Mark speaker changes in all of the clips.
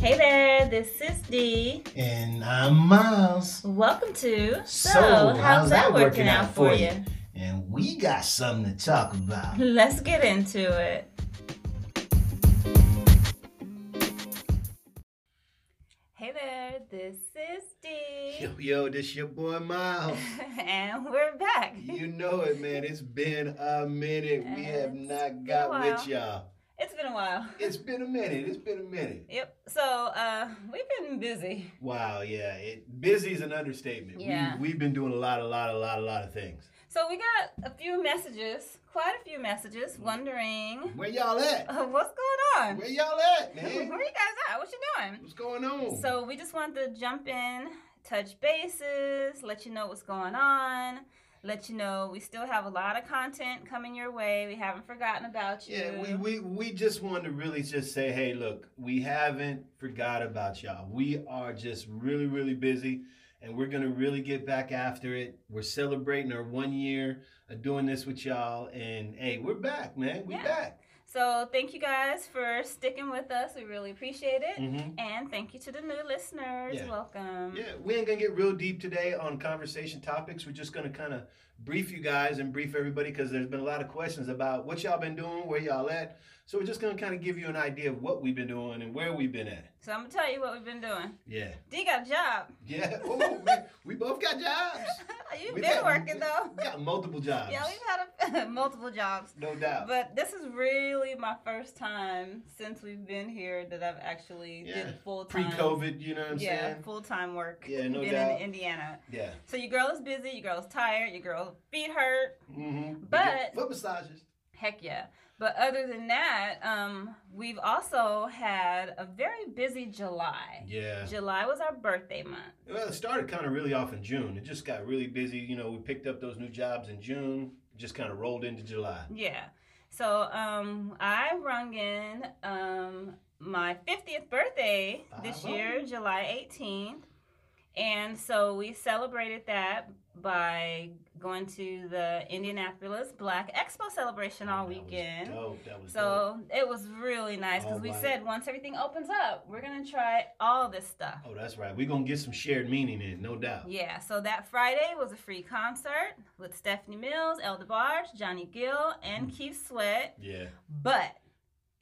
Speaker 1: Hey there, this is D.
Speaker 2: And I'm Miles.
Speaker 1: Welcome to
Speaker 2: So, how's that working out for you? And we got something to talk about.
Speaker 1: Let's get into it. Hey there, this is D.
Speaker 2: Yo, yo, this your boy Miles.
Speaker 1: and we're back.
Speaker 2: You know it, man. It's been a minute. We have
Speaker 1: It's
Speaker 2: not
Speaker 1: been a
Speaker 2: got with
Speaker 1: while.
Speaker 2: y'all.
Speaker 1: It's been a while.
Speaker 2: It's been a minute. It's been a minute.
Speaker 1: Yep. So, uh, we've been busy.
Speaker 2: Wow, yeah. It, busy is an understatement.
Speaker 1: Yeah.
Speaker 2: We, we've been doing a lot, a lot, a lot, a lot of things.
Speaker 1: So, we got a few messages, quite a few messages, wondering
Speaker 2: Where y'all at?
Speaker 1: uh, what's going on?
Speaker 2: Where y'all at,
Speaker 1: Where you
Speaker 2: man?
Speaker 1: guys at? What you doing?
Speaker 2: What's going on?
Speaker 1: So we just wanted to jump in, touch bases, let you know what's going on, let you know we still have a lot of content coming your way. We haven't forgotten about you.
Speaker 2: Yeah, we, we we just wanted to really just say, hey, look, we haven't forgot about y'all. We are just really, really busy and we're gonna really get back after it. We're celebrating our one year of doing this with y'all and hey, we're back, man. We
Speaker 1: Yeah.
Speaker 2: back.
Speaker 1: So thank you guys for sticking with us. We really appreciate it.
Speaker 2: Mhm.
Speaker 1: And thank you to the new listeners.
Speaker 2: Yeah.
Speaker 1: Welcome.
Speaker 2: Yeah, we ain't gonna get real deep today on conversation topics. We're just gonna kind of brief you guys and brief everybody because there's been a lot of questions about what y'all been doing, where y'all at. So we're just gonna kind of give you an idea of what we've been doing and where we've been at.
Speaker 1: So I'm gonna tell you what we've been doing.
Speaker 2: Yeah.
Speaker 1: D got a job.
Speaker 2: Yeah, whoa, whoa, we, we both got jobs.
Speaker 1: You've
Speaker 2: We
Speaker 1: been
Speaker 2: got-
Speaker 1: working though.
Speaker 2: We got multiple jobs.
Speaker 1: Yeah, we've had a, multiple jobs.
Speaker 2: no doubt.
Speaker 1: But this is really my first time since we've been here that I've actually
Speaker 2: Yeah.
Speaker 1: did full time.
Speaker 2: Pre-COVID, you know what I'm
Speaker 1: um, Yeah,
Speaker 2: saying?
Speaker 1: full time work.
Speaker 2: Yeah, no
Speaker 1: been
Speaker 2: doubt.
Speaker 1: in Indiana.
Speaker 2: Yeah.
Speaker 1: So your girl is busy, your girl's tired, your girl's feet hurt.
Speaker 2: Mm-hmm.
Speaker 1: But-
Speaker 2: foot massages.
Speaker 1: Heck yeah. But other than that, um, we've also had a very busy July.
Speaker 2: Yeah.
Speaker 1: July was our birthday month.
Speaker 2: Well, it started kind of really off in June. It just got really busy. You know, we picked up those new jobs in June. Just kind of rolled into July.
Speaker 1: Yeah. So um, I rung in um, my 50th birthday this
Speaker 2: Bravo.
Speaker 1: year, July 18th. And so we celebrated that by going to the Indianapolis Black Expo celebration all
Speaker 2: That was
Speaker 1: weekend.
Speaker 2: dope. That was dope. Oh
Speaker 1: So it was really nice because
Speaker 2: All
Speaker 1: we
Speaker 2: right.
Speaker 1: said once everything opens up, we're going to try all this stuff.
Speaker 2: Oh, that's right. We're gonna get some shared meaning in, no doubt.
Speaker 1: Yeah, so that Friday was a free concert with Stephanie Mills, El DeBarge, Johnny Gill,
Speaker 2: Mm.
Speaker 1: and Keith Sweat.
Speaker 2: Yeah.
Speaker 1: but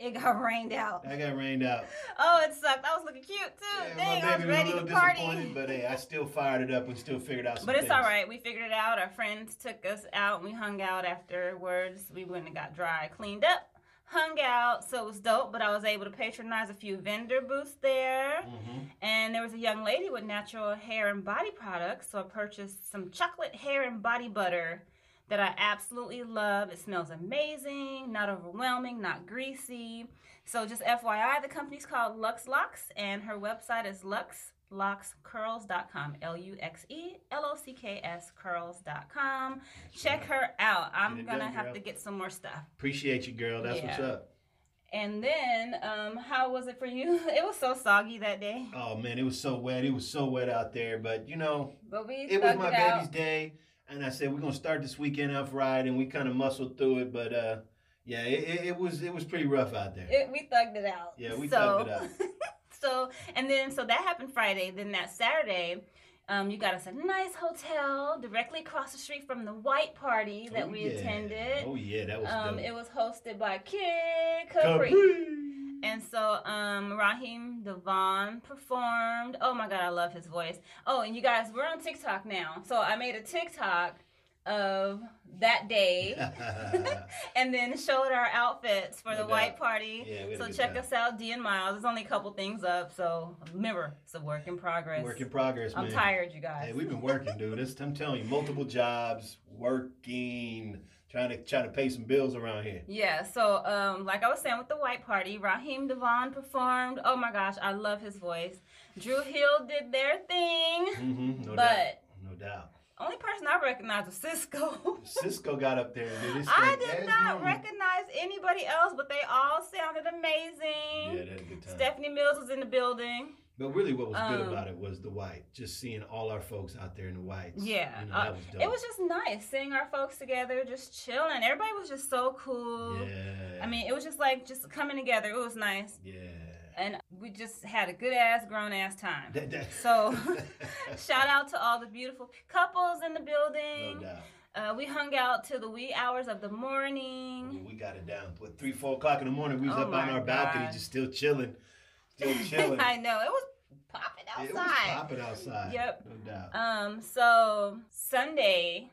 Speaker 1: it got rained out.
Speaker 2: I got rained out.
Speaker 1: Oh, it sucked. I was looking cute too.
Speaker 2: Yeah,
Speaker 1: Dang, I was
Speaker 2: was
Speaker 1: ready to party.
Speaker 2: but hey, I still fired it up and still figured out. Some
Speaker 1: But it's
Speaker 2: things.
Speaker 1: all right. We figured it out. Our friends took us out and we hung out afterwards. We went and got dry, cleaned up, hung out. So it was dope. But I was able to patronize a few vendor booths there.
Speaker 2: Mm-hmm.
Speaker 1: And there was a young lady with natural hair and body products. So I purchased some chocolate hair and body butter that I absolutely love. It smells amazing, not overwhelming, not greasy. So just FYI, the company's called Lux Locks, and her website is luxlockscurls.com. L U X E L O C K S curls.com. Check her out. I'm
Speaker 2: it
Speaker 1: going to
Speaker 2: done,
Speaker 1: have
Speaker 2: girl.
Speaker 1: to get some more stuff.
Speaker 2: Appreciate you, girl. That's what's
Speaker 1: Yeah.
Speaker 2: up.
Speaker 1: And then, um, how was it for you? It was so soggy that day,
Speaker 2: Oh man, it was so wet. It was so wet out there. But you know,
Speaker 1: but we
Speaker 2: it was
Speaker 1: thugged
Speaker 2: my
Speaker 1: it out.
Speaker 2: baby's day, and I said we're gonna start this weekend off right, and we kind of muscled through it. But uh, yeah, it, it, it was it was pretty rough out there.
Speaker 1: It, we thugged it out.
Speaker 2: Yeah, we
Speaker 1: so,
Speaker 2: thugged it out.
Speaker 1: so, and then, so that happened Friday. Then that Saturday, um, you got us a nice hotel directly across the street from the white party that
Speaker 2: Oh,
Speaker 1: we
Speaker 2: yeah.
Speaker 1: attended.
Speaker 2: Oh yeah, that was
Speaker 1: um,
Speaker 2: dope.
Speaker 1: it was hosted by Kid Capri. And so um, Raheem Devon performed. Oh my God, I love his voice. Oh, and you guys, we're on TikTok now. So I made a TikTok of that day and then showed our outfits for
Speaker 2: No
Speaker 1: the
Speaker 2: doubt.
Speaker 1: white party.
Speaker 2: Yeah, we had a
Speaker 1: so
Speaker 2: good
Speaker 1: check
Speaker 2: time.
Speaker 1: us out, D and Miles. There's only a couple things up, so remember it's a work in progress.
Speaker 2: Work in progress,
Speaker 1: I'm
Speaker 2: man.
Speaker 1: tired, you guys.
Speaker 2: Hey, we've been working, dude. It's, I'm telling you, multiple jobs, working, trying to trying to pay some bills around here.
Speaker 1: yeah, so um, like I was saying with the white party, Raheem Devon performed. Oh my gosh, I love his voice. Drew Hill did their thing,
Speaker 2: Mm-hmm, no doubt.
Speaker 1: but
Speaker 2: No doubt.
Speaker 1: only person I recognized was Cisco.
Speaker 2: Cisco got up there and did his thing.
Speaker 1: I did
Speaker 2: as
Speaker 1: not
Speaker 2: normal.
Speaker 1: recognize anybody else, but they all sounded amazing.
Speaker 2: Yeah, that had a good time.
Speaker 1: Stephanie Mills was in the building.
Speaker 2: But really, what was good
Speaker 1: Um,
Speaker 2: about it was the white. Just seeing all our folks out there in the whites.
Speaker 1: Yeah,
Speaker 2: you know,
Speaker 1: uh,
Speaker 2: that was dope.
Speaker 1: It was just nice seeing our folks together, just chilling. Everybody was just so cool.
Speaker 2: Yeah.
Speaker 1: I mean, it was just like just coming together. It was nice.
Speaker 2: Yeah.
Speaker 1: and we just had a good ass grown ass time.
Speaker 2: That- that-
Speaker 1: So, shout out to all the beautiful couples in the
Speaker 2: No
Speaker 1: building.
Speaker 2: doubt.
Speaker 1: Uh, we hung out till the wee hours of the
Speaker 2: I
Speaker 1: morning.
Speaker 2: mean, we got it down. What three, four o'clock in the morning, we was
Speaker 1: Oh
Speaker 2: up on
Speaker 1: my
Speaker 2: our balcony,
Speaker 1: God.
Speaker 2: just still chilling, still chilling.
Speaker 1: I know it was popping
Speaker 2: It was
Speaker 1: outside.
Speaker 2: popping outside.
Speaker 1: Yep.
Speaker 2: No doubt.
Speaker 1: Um, so Sunday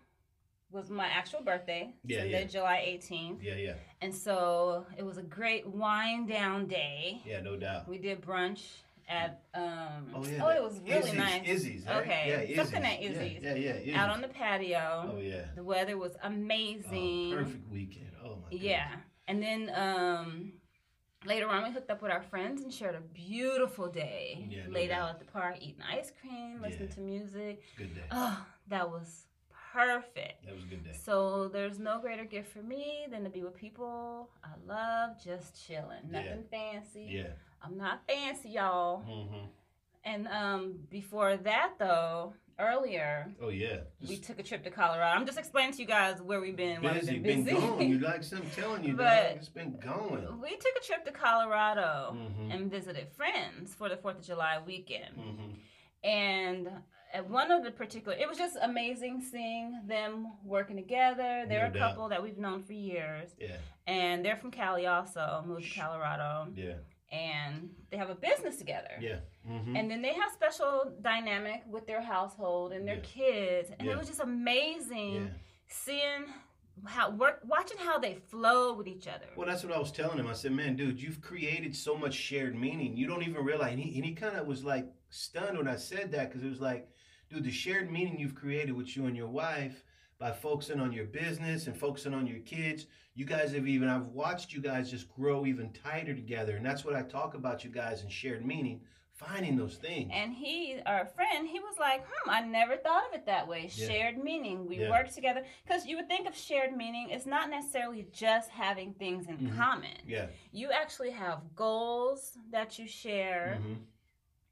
Speaker 1: was my actual birthday.
Speaker 2: Yeah,
Speaker 1: Sunday,
Speaker 2: yeah.
Speaker 1: July 18th.
Speaker 2: Yeah, yeah,
Speaker 1: And so it was a great wind down day.
Speaker 2: yeah. No doubt.
Speaker 1: We did brunch at um
Speaker 2: Oh yeah.
Speaker 1: it
Speaker 2: that-
Speaker 1: was really
Speaker 2: Izzy's,
Speaker 1: nice.
Speaker 2: Izzy's, right?
Speaker 1: Okay,
Speaker 2: Yeah,
Speaker 1: something at
Speaker 2: Yeah,
Speaker 1: Izzy's.
Speaker 2: Yeah, yeah. Izzy's.
Speaker 1: Out on the patio.
Speaker 2: Oh yeah.
Speaker 1: The weather was
Speaker 2: Oh,
Speaker 1: amazing.
Speaker 2: perfect weekend. Oh my. goodness.
Speaker 1: Yeah. And then um later on we hooked up with our friends and shared a beautiful day.
Speaker 2: Yeah, no
Speaker 1: Laid
Speaker 2: doubt.
Speaker 1: out at the park eating ice cream, listening
Speaker 2: Yeah.
Speaker 1: to music.
Speaker 2: Good day.
Speaker 1: Oh, that was perfect.
Speaker 2: That was a good day.
Speaker 1: So there's no greater gift for me than to be with people I love, just chilling,
Speaker 2: Yeah.
Speaker 1: nothing fancy.
Speaker 2: Yeah.
Speaker 1: I'm not fancy, y'all.
Speaker 2: hmm
Speaker 1: And um, before that though, earlier
Speaker 2: Oh yeah.
Speaker 1: we
Speaker 2: Just
Speaker 1: took a trip to Colorado. I'm just explaining to you guys where we've been. why
Speaker 2: busy.
Speaker 1: we've been busy.
Speaker 2: going. You like some telling you,
Speaker 1: But-
Speaker 2: dog. It's been going.
Speaker 1: we took a trip to Colorado
Speaker 2: Mm-hmm.
Speaker 1: and visited friends for the Fourth of July weekend.
Speaker 2: hmm
Speaker 1: and at one of the particular it was just amazing seeing them working together they're
Speaker 2: No
Speaker 1: a
Speaker 2: doubt.
Speaker 1: couple that we've known for years
Speaker 2: Yeah.
Speaker 1: and they're from cali also moved
Speaker 2: Sh-
Speaker 1: to colorado
Speaker 2: Yeah.
Speaker 1: and they have a business together
Speaker 2: Yeah. hmm
Speaker 1: and then they have special dynamic with their household and their
Speaker 2: Yeah.
Speaker 1: kids and
Speaker 2: Yeah.
Speaker 1: it was just amazing
Speaker 2: yeah.
Speaker 1: seeing how work watching how they flow with each other
Speaker 2: Well, that's what I was telling him. I said, man, dude, you've created so much shared meaning. You don't even realize. And he, and he kind of was like stunned when I said that because it was like, dude, the shared meaning you've created with you and your wife by focusing on your business and focusing on your kids. You guys have even, I've watched you guys just grow even tighter together. And that's what I talk about you guys in shared meaning, finding those things.
Speaker 1: And he, our friend, he was like, hmm, I never thought of it that way.
Speaker 2: Yeah.
Speaker 1: Shared meaning. We
Speaker 2: Yeah.
Speaker 1: work together. Because you would think of shared meaning, it's not necessarily just having things in
Speaker 2: Mhm.
Speaker 1: common.
Speaker 2: yeah.
Speaker 1: You actually have goals that you share.
Speaker 2: hmm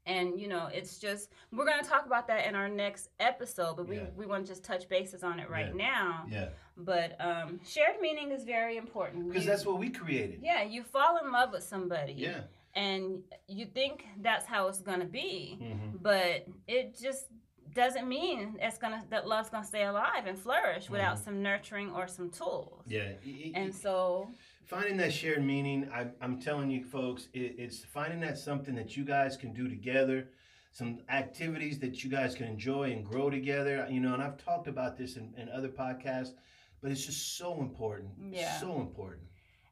Speaker 1: And, you know, it's just, we're going to talk about that in our next episode, but we,
Speaker 2: Yeah.
Speaker 1: we want to just touch bases on it right
Speaker 2: Yeah.
Speaker 1: now.
Speaker 2: Yeah.
Speaker 1: But um, shared meaning is very important.
Speaker 2: Because
Speaker 1: You-
Speaker 2: that's what we created.
Speaker 1: yeah, you fall in love with somebody.
Speaker 2: Yeah.
Speaker 1: And you think that's how it's going to be
Speaker 2: hmm
Speaker 1: but it just doesn't mean it's gonna that love's gonna stay alive and flourish without some nurturing or some tools.
Speaker 2: Mm. Yeah. E- e-
Speaker 1: And so
Speaker 2: finding that shared meaning I, i'm telling you folks it, it's finding that something that you guys can do together some activities that you guys can enjoy and grow together you know and i've talked about this in, in other podcasts but it's just so important
Speaker 1: Yeah.
Speaker 2: so important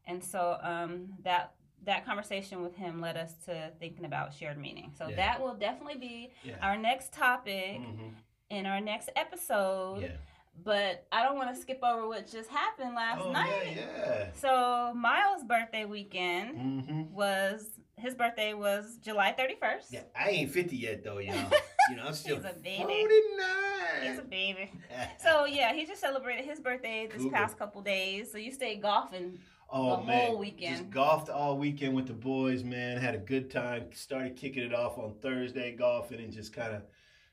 Speaker 1: and so um that that conversation with him led us to thinking about shared meaning. So
Speaker 2: Yeah.
Speaker 1: that will definitely be
Speaker 2: yeah
Speaker 1: our next topic
Speaker 2: Mhm.
Speaker 1: in our next episode.
Speaker 2: yeah
Speaker 1: But I don't want to skip over what just happened last
Speaker 2: oh,
Speaker 1: night.
Speaker 2: yeah,
Speaker 1: So Miles' birthday weekend
Speaker 2: yeah. hmm
Speaker 1: was his birthday was July thirty first.
Speaker 2: yeah i ain't 50 yet though y'all you know i'm still
Speaker 1: He's a
Speaker 2: 49
Speaker 1: baby. He's a baby. So yeah, he just celebrated his birthday this
Speaker 2: Cool.
Speaker 1: past couple days. So you stayed golfing.
Speaker 2: Oh
Speaker 1: the whole
Speaker 2: man, just
Speaker 1: weekend.
Speaker 2: golfed all weekend with the boys, man. Had a good time. Started kicking it off on Thursday golfing, and just kind of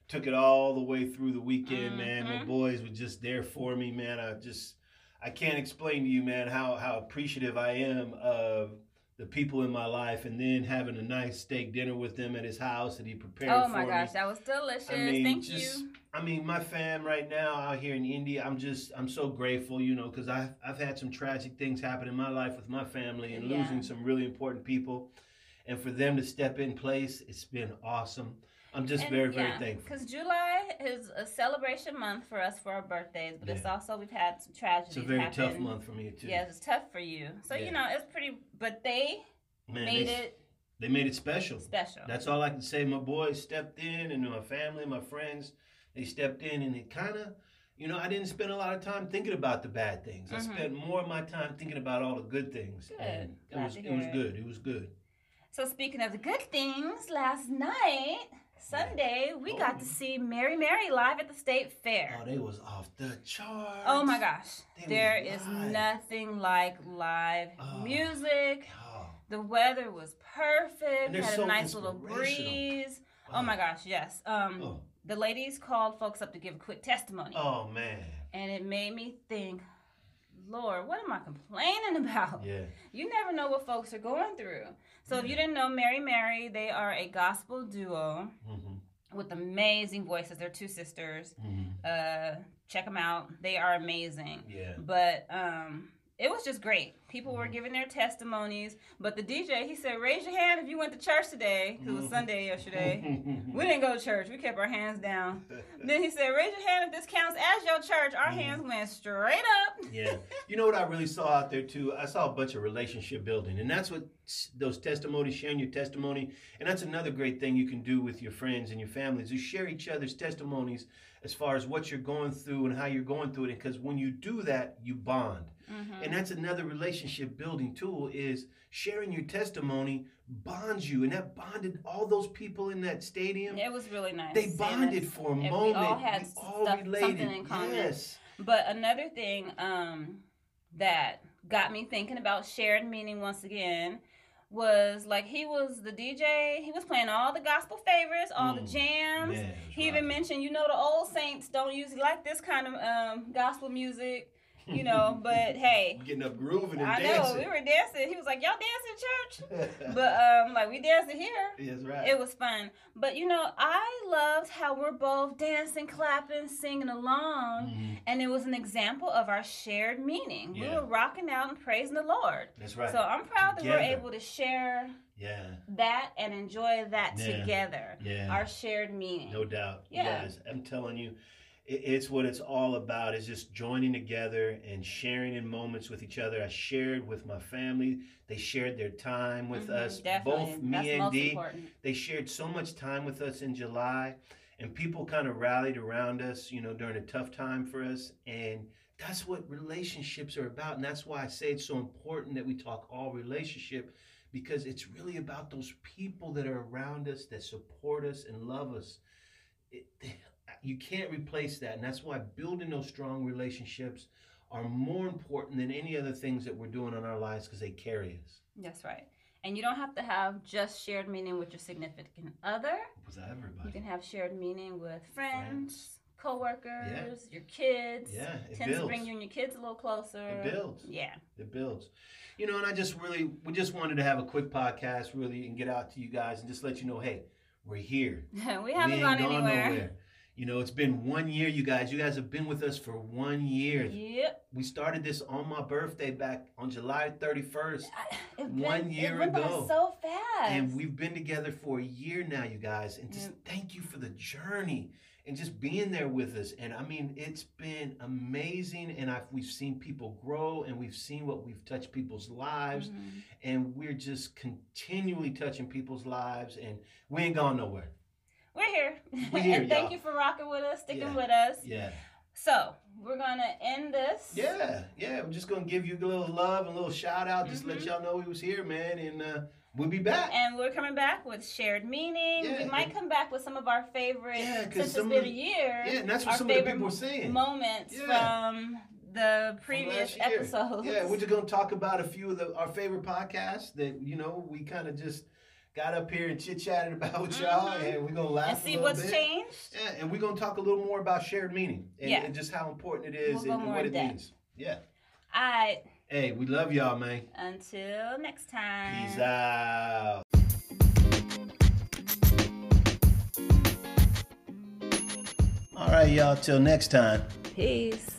Speaker 2: took it all the way through the weekend, man. The
Speaker 1: Mhm.
Speaker 2: boys were just there for me, man. I just I can't explain to you, man, how how appreciative I am of the people in my life, and then having a nice steak dinner with them at his house that he prepared.
Speaker 1: Oh
Speaker 2: for
Speaker 1: my
Speaker 2: me.
Speaker 1: gosh, that was delicious.
Speaker 2: I mean,
Speaker 1: Thank
Speaker 2: just-
Speaker 1: you.
Speaker 2: I mean, my fam right now out here in India, I'm just, I'm so grateful, you know, because I've, I've had some tragic things happen in my life with my family and
Speaker 1: Yeah.
Speaker 2: losing some really important people. And for them to step in place, it's been awesome. I'm just very, very thankful.
Speaker 1: Because July is a celebration month for us for our birthdays, but it's
Speaker 2: Yeah.
Speaker 1: also we've had some tragedies.
Speaker 2: It's a very
Speaker 1: happen.
Speaker 2: tough month for me, too.
Speaker 1: Yeah, it's tough for you. So
Speaker 2: Yeah.
Speaker 1: you know it's pretty, but they
Speaker 2: Man,
Speaker 1: made
Speaker 2: they,
Speaker 1: it
Speaker 2: they made it special.
Speaker 1: special.
Speaker 2: That's all I can say. My boys stepped in, and my family, my friends, they stepped in, and it kind of, you know, I didn't spend a lot of time thinking about the bad things.
Speaker 1: Mhm.
Speaker 2: I spent more of my time thinking about all the good things.
Speaker 1: Good.
Speaker 2: And it
Speaker 1: Glad
Speaker 2: was,
Speaker 1: to
Speaker 2: it
Speaker 1: hear
Speaker 2: was
Speaker 1: it.
Speaker 2: good. It was good.
Speaker 1: so speaking of the good things, last night. Sunday, we got to
Speaker 2: Oh.
Speaker 1: see Mary Mary live at the state fair.
Speaker 2: Oh, they was off the charts.
Speaker 1: Oh my gosh.
Speaker 2: They was
Speaker 1: There is
Speaker 2: live.
Speaker 1: nothing like live
Speaker 2: Oh.
Speaker 1: music.
Speaker 2: Oh,
Speaker 1: The weather was perfect.
Speaker 2: And they're
Speaker 1: Had a
Speaker 2: so
Speaker 1: nice little
Speaker 2: inspirational.
Speaker 1: breeze. Oh my gosh, yes. Um
Speaker 2: Oh,
Speaker 1: the ladies called folks up to give a quick testimony.
Speaker 2: oh man.
Speaker 1: And it made me think, Lord, what am I complaining about?
Speaker 2: Yeah.
Speaker 1: You never know what folks are going through. So if you didn't know Mary Mary, they are a gospel duo
Speaker 2: Mm-hmm.
Speaker 1: with amazing voices. They're two sisters.
Speaker 2: Mm-hmm.
Speaker 1: Uh, check them out. They are amazing.
Speaker 2: Yeah.
Speaker 1: But um, it was just great. People were
Speaker 2: Mhm.
Speaker 1: giving their testimonies. But the DJ, he said, raise your hand if you went to church today, 'cause it was
Speaker 2: Mhm.
Speaker 1: Sunday yesterday.
Speaker 2: Mm-hmm.
Speaker 1: We didn't go to church. We kept our hands down. Then he said, "Raise your hand if this counts as your church." Our
Speaker 2: Mhm.
Speaker 1: hands went straight up.
Speaker 2: yeah. You know what I really saw out there too? I saw a bunch of relationship building. And that's what s- those testimonies, sharing your testimony. And that's another great thing you can do with your friends and your families is share each other's testimonies as far as what you're going through and how you're going through it. Because when you do that, you bond.
Speaker 1: Mm-hmm.
Speaker 2: And that's another relationship building tool is sharing your testimony bonds you. And that bonded all those people in that stadium.
Speaker 1: It was really nice.
Speaker 2: They
Speaker 1: seeing
Speaker 2: bonded
Speaker 1: this.
Speaker 2: for a
Speaker 1: If we
Speaker 2: moment.
Speaker 1: all had
Speaker 2: We all
Speaker 1: stuff-
Speaker 2: related.
Speaker 1: something in common.
Speaker 2: Yes.
Speaker 1: But another thing um, that got me thinking about shared meaning once again was like he was the DJ. He was playing all the gospel favorites, all the
Speaker 2: Mm.
Speaker 1: jams.
Speaker 2: Yeah, it was
Speaker 1: He even
Speaker 2: rocking.
Speaker 1: mentioned, you know, the old saints don't usually like this kind of um, gospel music, you know. but hey,
Speaker 2: getting up grooving and
Speaker 1: I know
Speaker 2: dancing.
Speaker 1: we were dancing. He was like, "Y'all dance in church," but um, like we dancing here.
Speaker 2: That's right.
Speaker 1: It was fun. But you know, I loved how we're both dancing, clapping, singing along.
Speaker 2: Mhm.
Speaker 1: And it was an example of our shared meaning. We
Speaker 2: Yeah.
Speaker 1: were rocking out and praising the Lord.
Speaker 2: That's right.
Speaker 1: So I'm proud that we're
Speaker 2: Together.
Speaker 1: able to share
Speaker 2: yeah,
Speaker 1: that and enjoy that
Speaker 2: Yeah.
Speaker 1: together.
Speaker 2: yeah.
Speaker 1: Our shared meaning.
Speaker 2: no doubt. You
Speaker 1: Yeah.
Speaker 2: guys, I'm telling you, it, it's what it's all about. Is just joining together and sharing in moments with each other. I shared with my family. They shared their time with
Speaker 1: Mhm,
Speaker 2: us.
Speaker 1: definitely.
Speaker 2: Both me
Speaker 1: That's
Speaker 2: and
Speaker 1: most
Speaker 2: Dee.
Speaker 1: important.
Speaker 2: they shared so much time with us in July, and people kind of rallied around us, you know, during a tough time for us. And that's what relationships are about. And that's why I say it's so important that we talk all relationship because it's really about those people that are around us that support us and love us. It, you can't replace that. And that's why building those strong relationships are more important than any other things that we're doing in our lives because they carry us.
Speaker 1: That's right. And you don't have to have just shared meaning with your significant other.
Speaker 2: With everybody.
Speaker 1: You can have shared meaning with friends,
Speaker 2: Friends.
Speaker 1: coworkers, your kids.
Speaker 2: yeah, it
Speaker 1: Tends to
Speaker 2: builds.
Speaker 1: bring you and your kids a little closer.
Speaker 2: It builds.
Speaker 1: Uh, Yeah.
Speaker 2: It builds. You know, and I just really, we just wanted to have a quick podcast, really, and get out to you guys and just let you know, hey, we're here.
Speaker 1: we haven't gone, anywhere.
Speaker 2: You know, it's been one year, you guys. You guys have been with us for one year.
Speaker 1: Yep.
Speaker 2: We started this on my birthday back on July 31st,
Speaker 1: It
Speaker 2: One
Speaker 1: went-
Speaker 2: year
Speaker 1: it went by
Speaker 2: ago.
Speaker 1: so fast.
Speaker 2: and we've been together for a year now, you guys. And just
Speaker 1: Yeah.
Speaker 2: thank you for the journey and just being there with us. And I mean, it's been amazing. And I've, we've seen people grow, and we've seen what we've touched people's lives.
Speaker 1: Mhm.
Speaker 2: and we're just continually touching people's lives and we ain't gone nowhere
Speaker 1: We're here.
Speaker 2: We're here,
Speaker 1: and thank
Speaker 2: y'all.
Speaker 1: you for rocking with us, sticking
Speaker 2: Yeah.
Speaker 1: with us.
Speaker 2: yeah
Speaker 1: So we're gonna end this.
Speaker 2: yeah yeah we're just gonna give you a little love and a little shout out just
Speaker 1: Mhm.
Speaker 2: let y'all know we was here man and uh we'll be back
Speaker 1: And we're coming back with shared meaning.
Speaker 2: Yeah,
Speaker 1: we might
Speaker 2: and-
Speaker 1: come back with some of our favorite
Speaker 2: Yeah, 'cause
Speaker 1: since it's
Speaker 2: some
Speaker 1: been
Speaker 2: of-
Speaker 1: a year
Speaker 2: yeah and that's
Speaker 1: our
Speaker 2: what some of the
Speaker 1: favorite
Speaker 2: people were saying
Speaker 1: moments
Speaker 2: Yeah.
Speaker 1: from the previous
Speaker 2: last year.
Speaker 1: episodes.
Speaker 2: yeah we're just gonna talk about a few of the, our favorite podcasts that you know we kind of just got up here and chit chatted about with y'all
Speaker 1: Mhm.
Speaker 2: and we're gonna laugh
Speaker 1: and
Speaker 2: a
Speaker 1: see
Speaker 2: little
Speaker 1: what's
Speaker 2: bit.
Speaker 1: changed.
Speaker 2: yeah and we're gonna talk a little more about shared meaning and,
Speaker 1: Yeah.
Speaker 2: and just how important it is
Speaker 1: We'll go
Speaker 2: and, and
Speaker 1: more
Speaker 2: what
Speaker 1: in
Speaker 2: it
Speaker 1: depth.
Speaker 2: means yeah
Speaker 1: All right.
Speaker 2: hey we love y'all man
Speaker 1: Until next time.
Speaker 2: Peace out. All right, y'all. Till next time.
Speaker 1: Peace.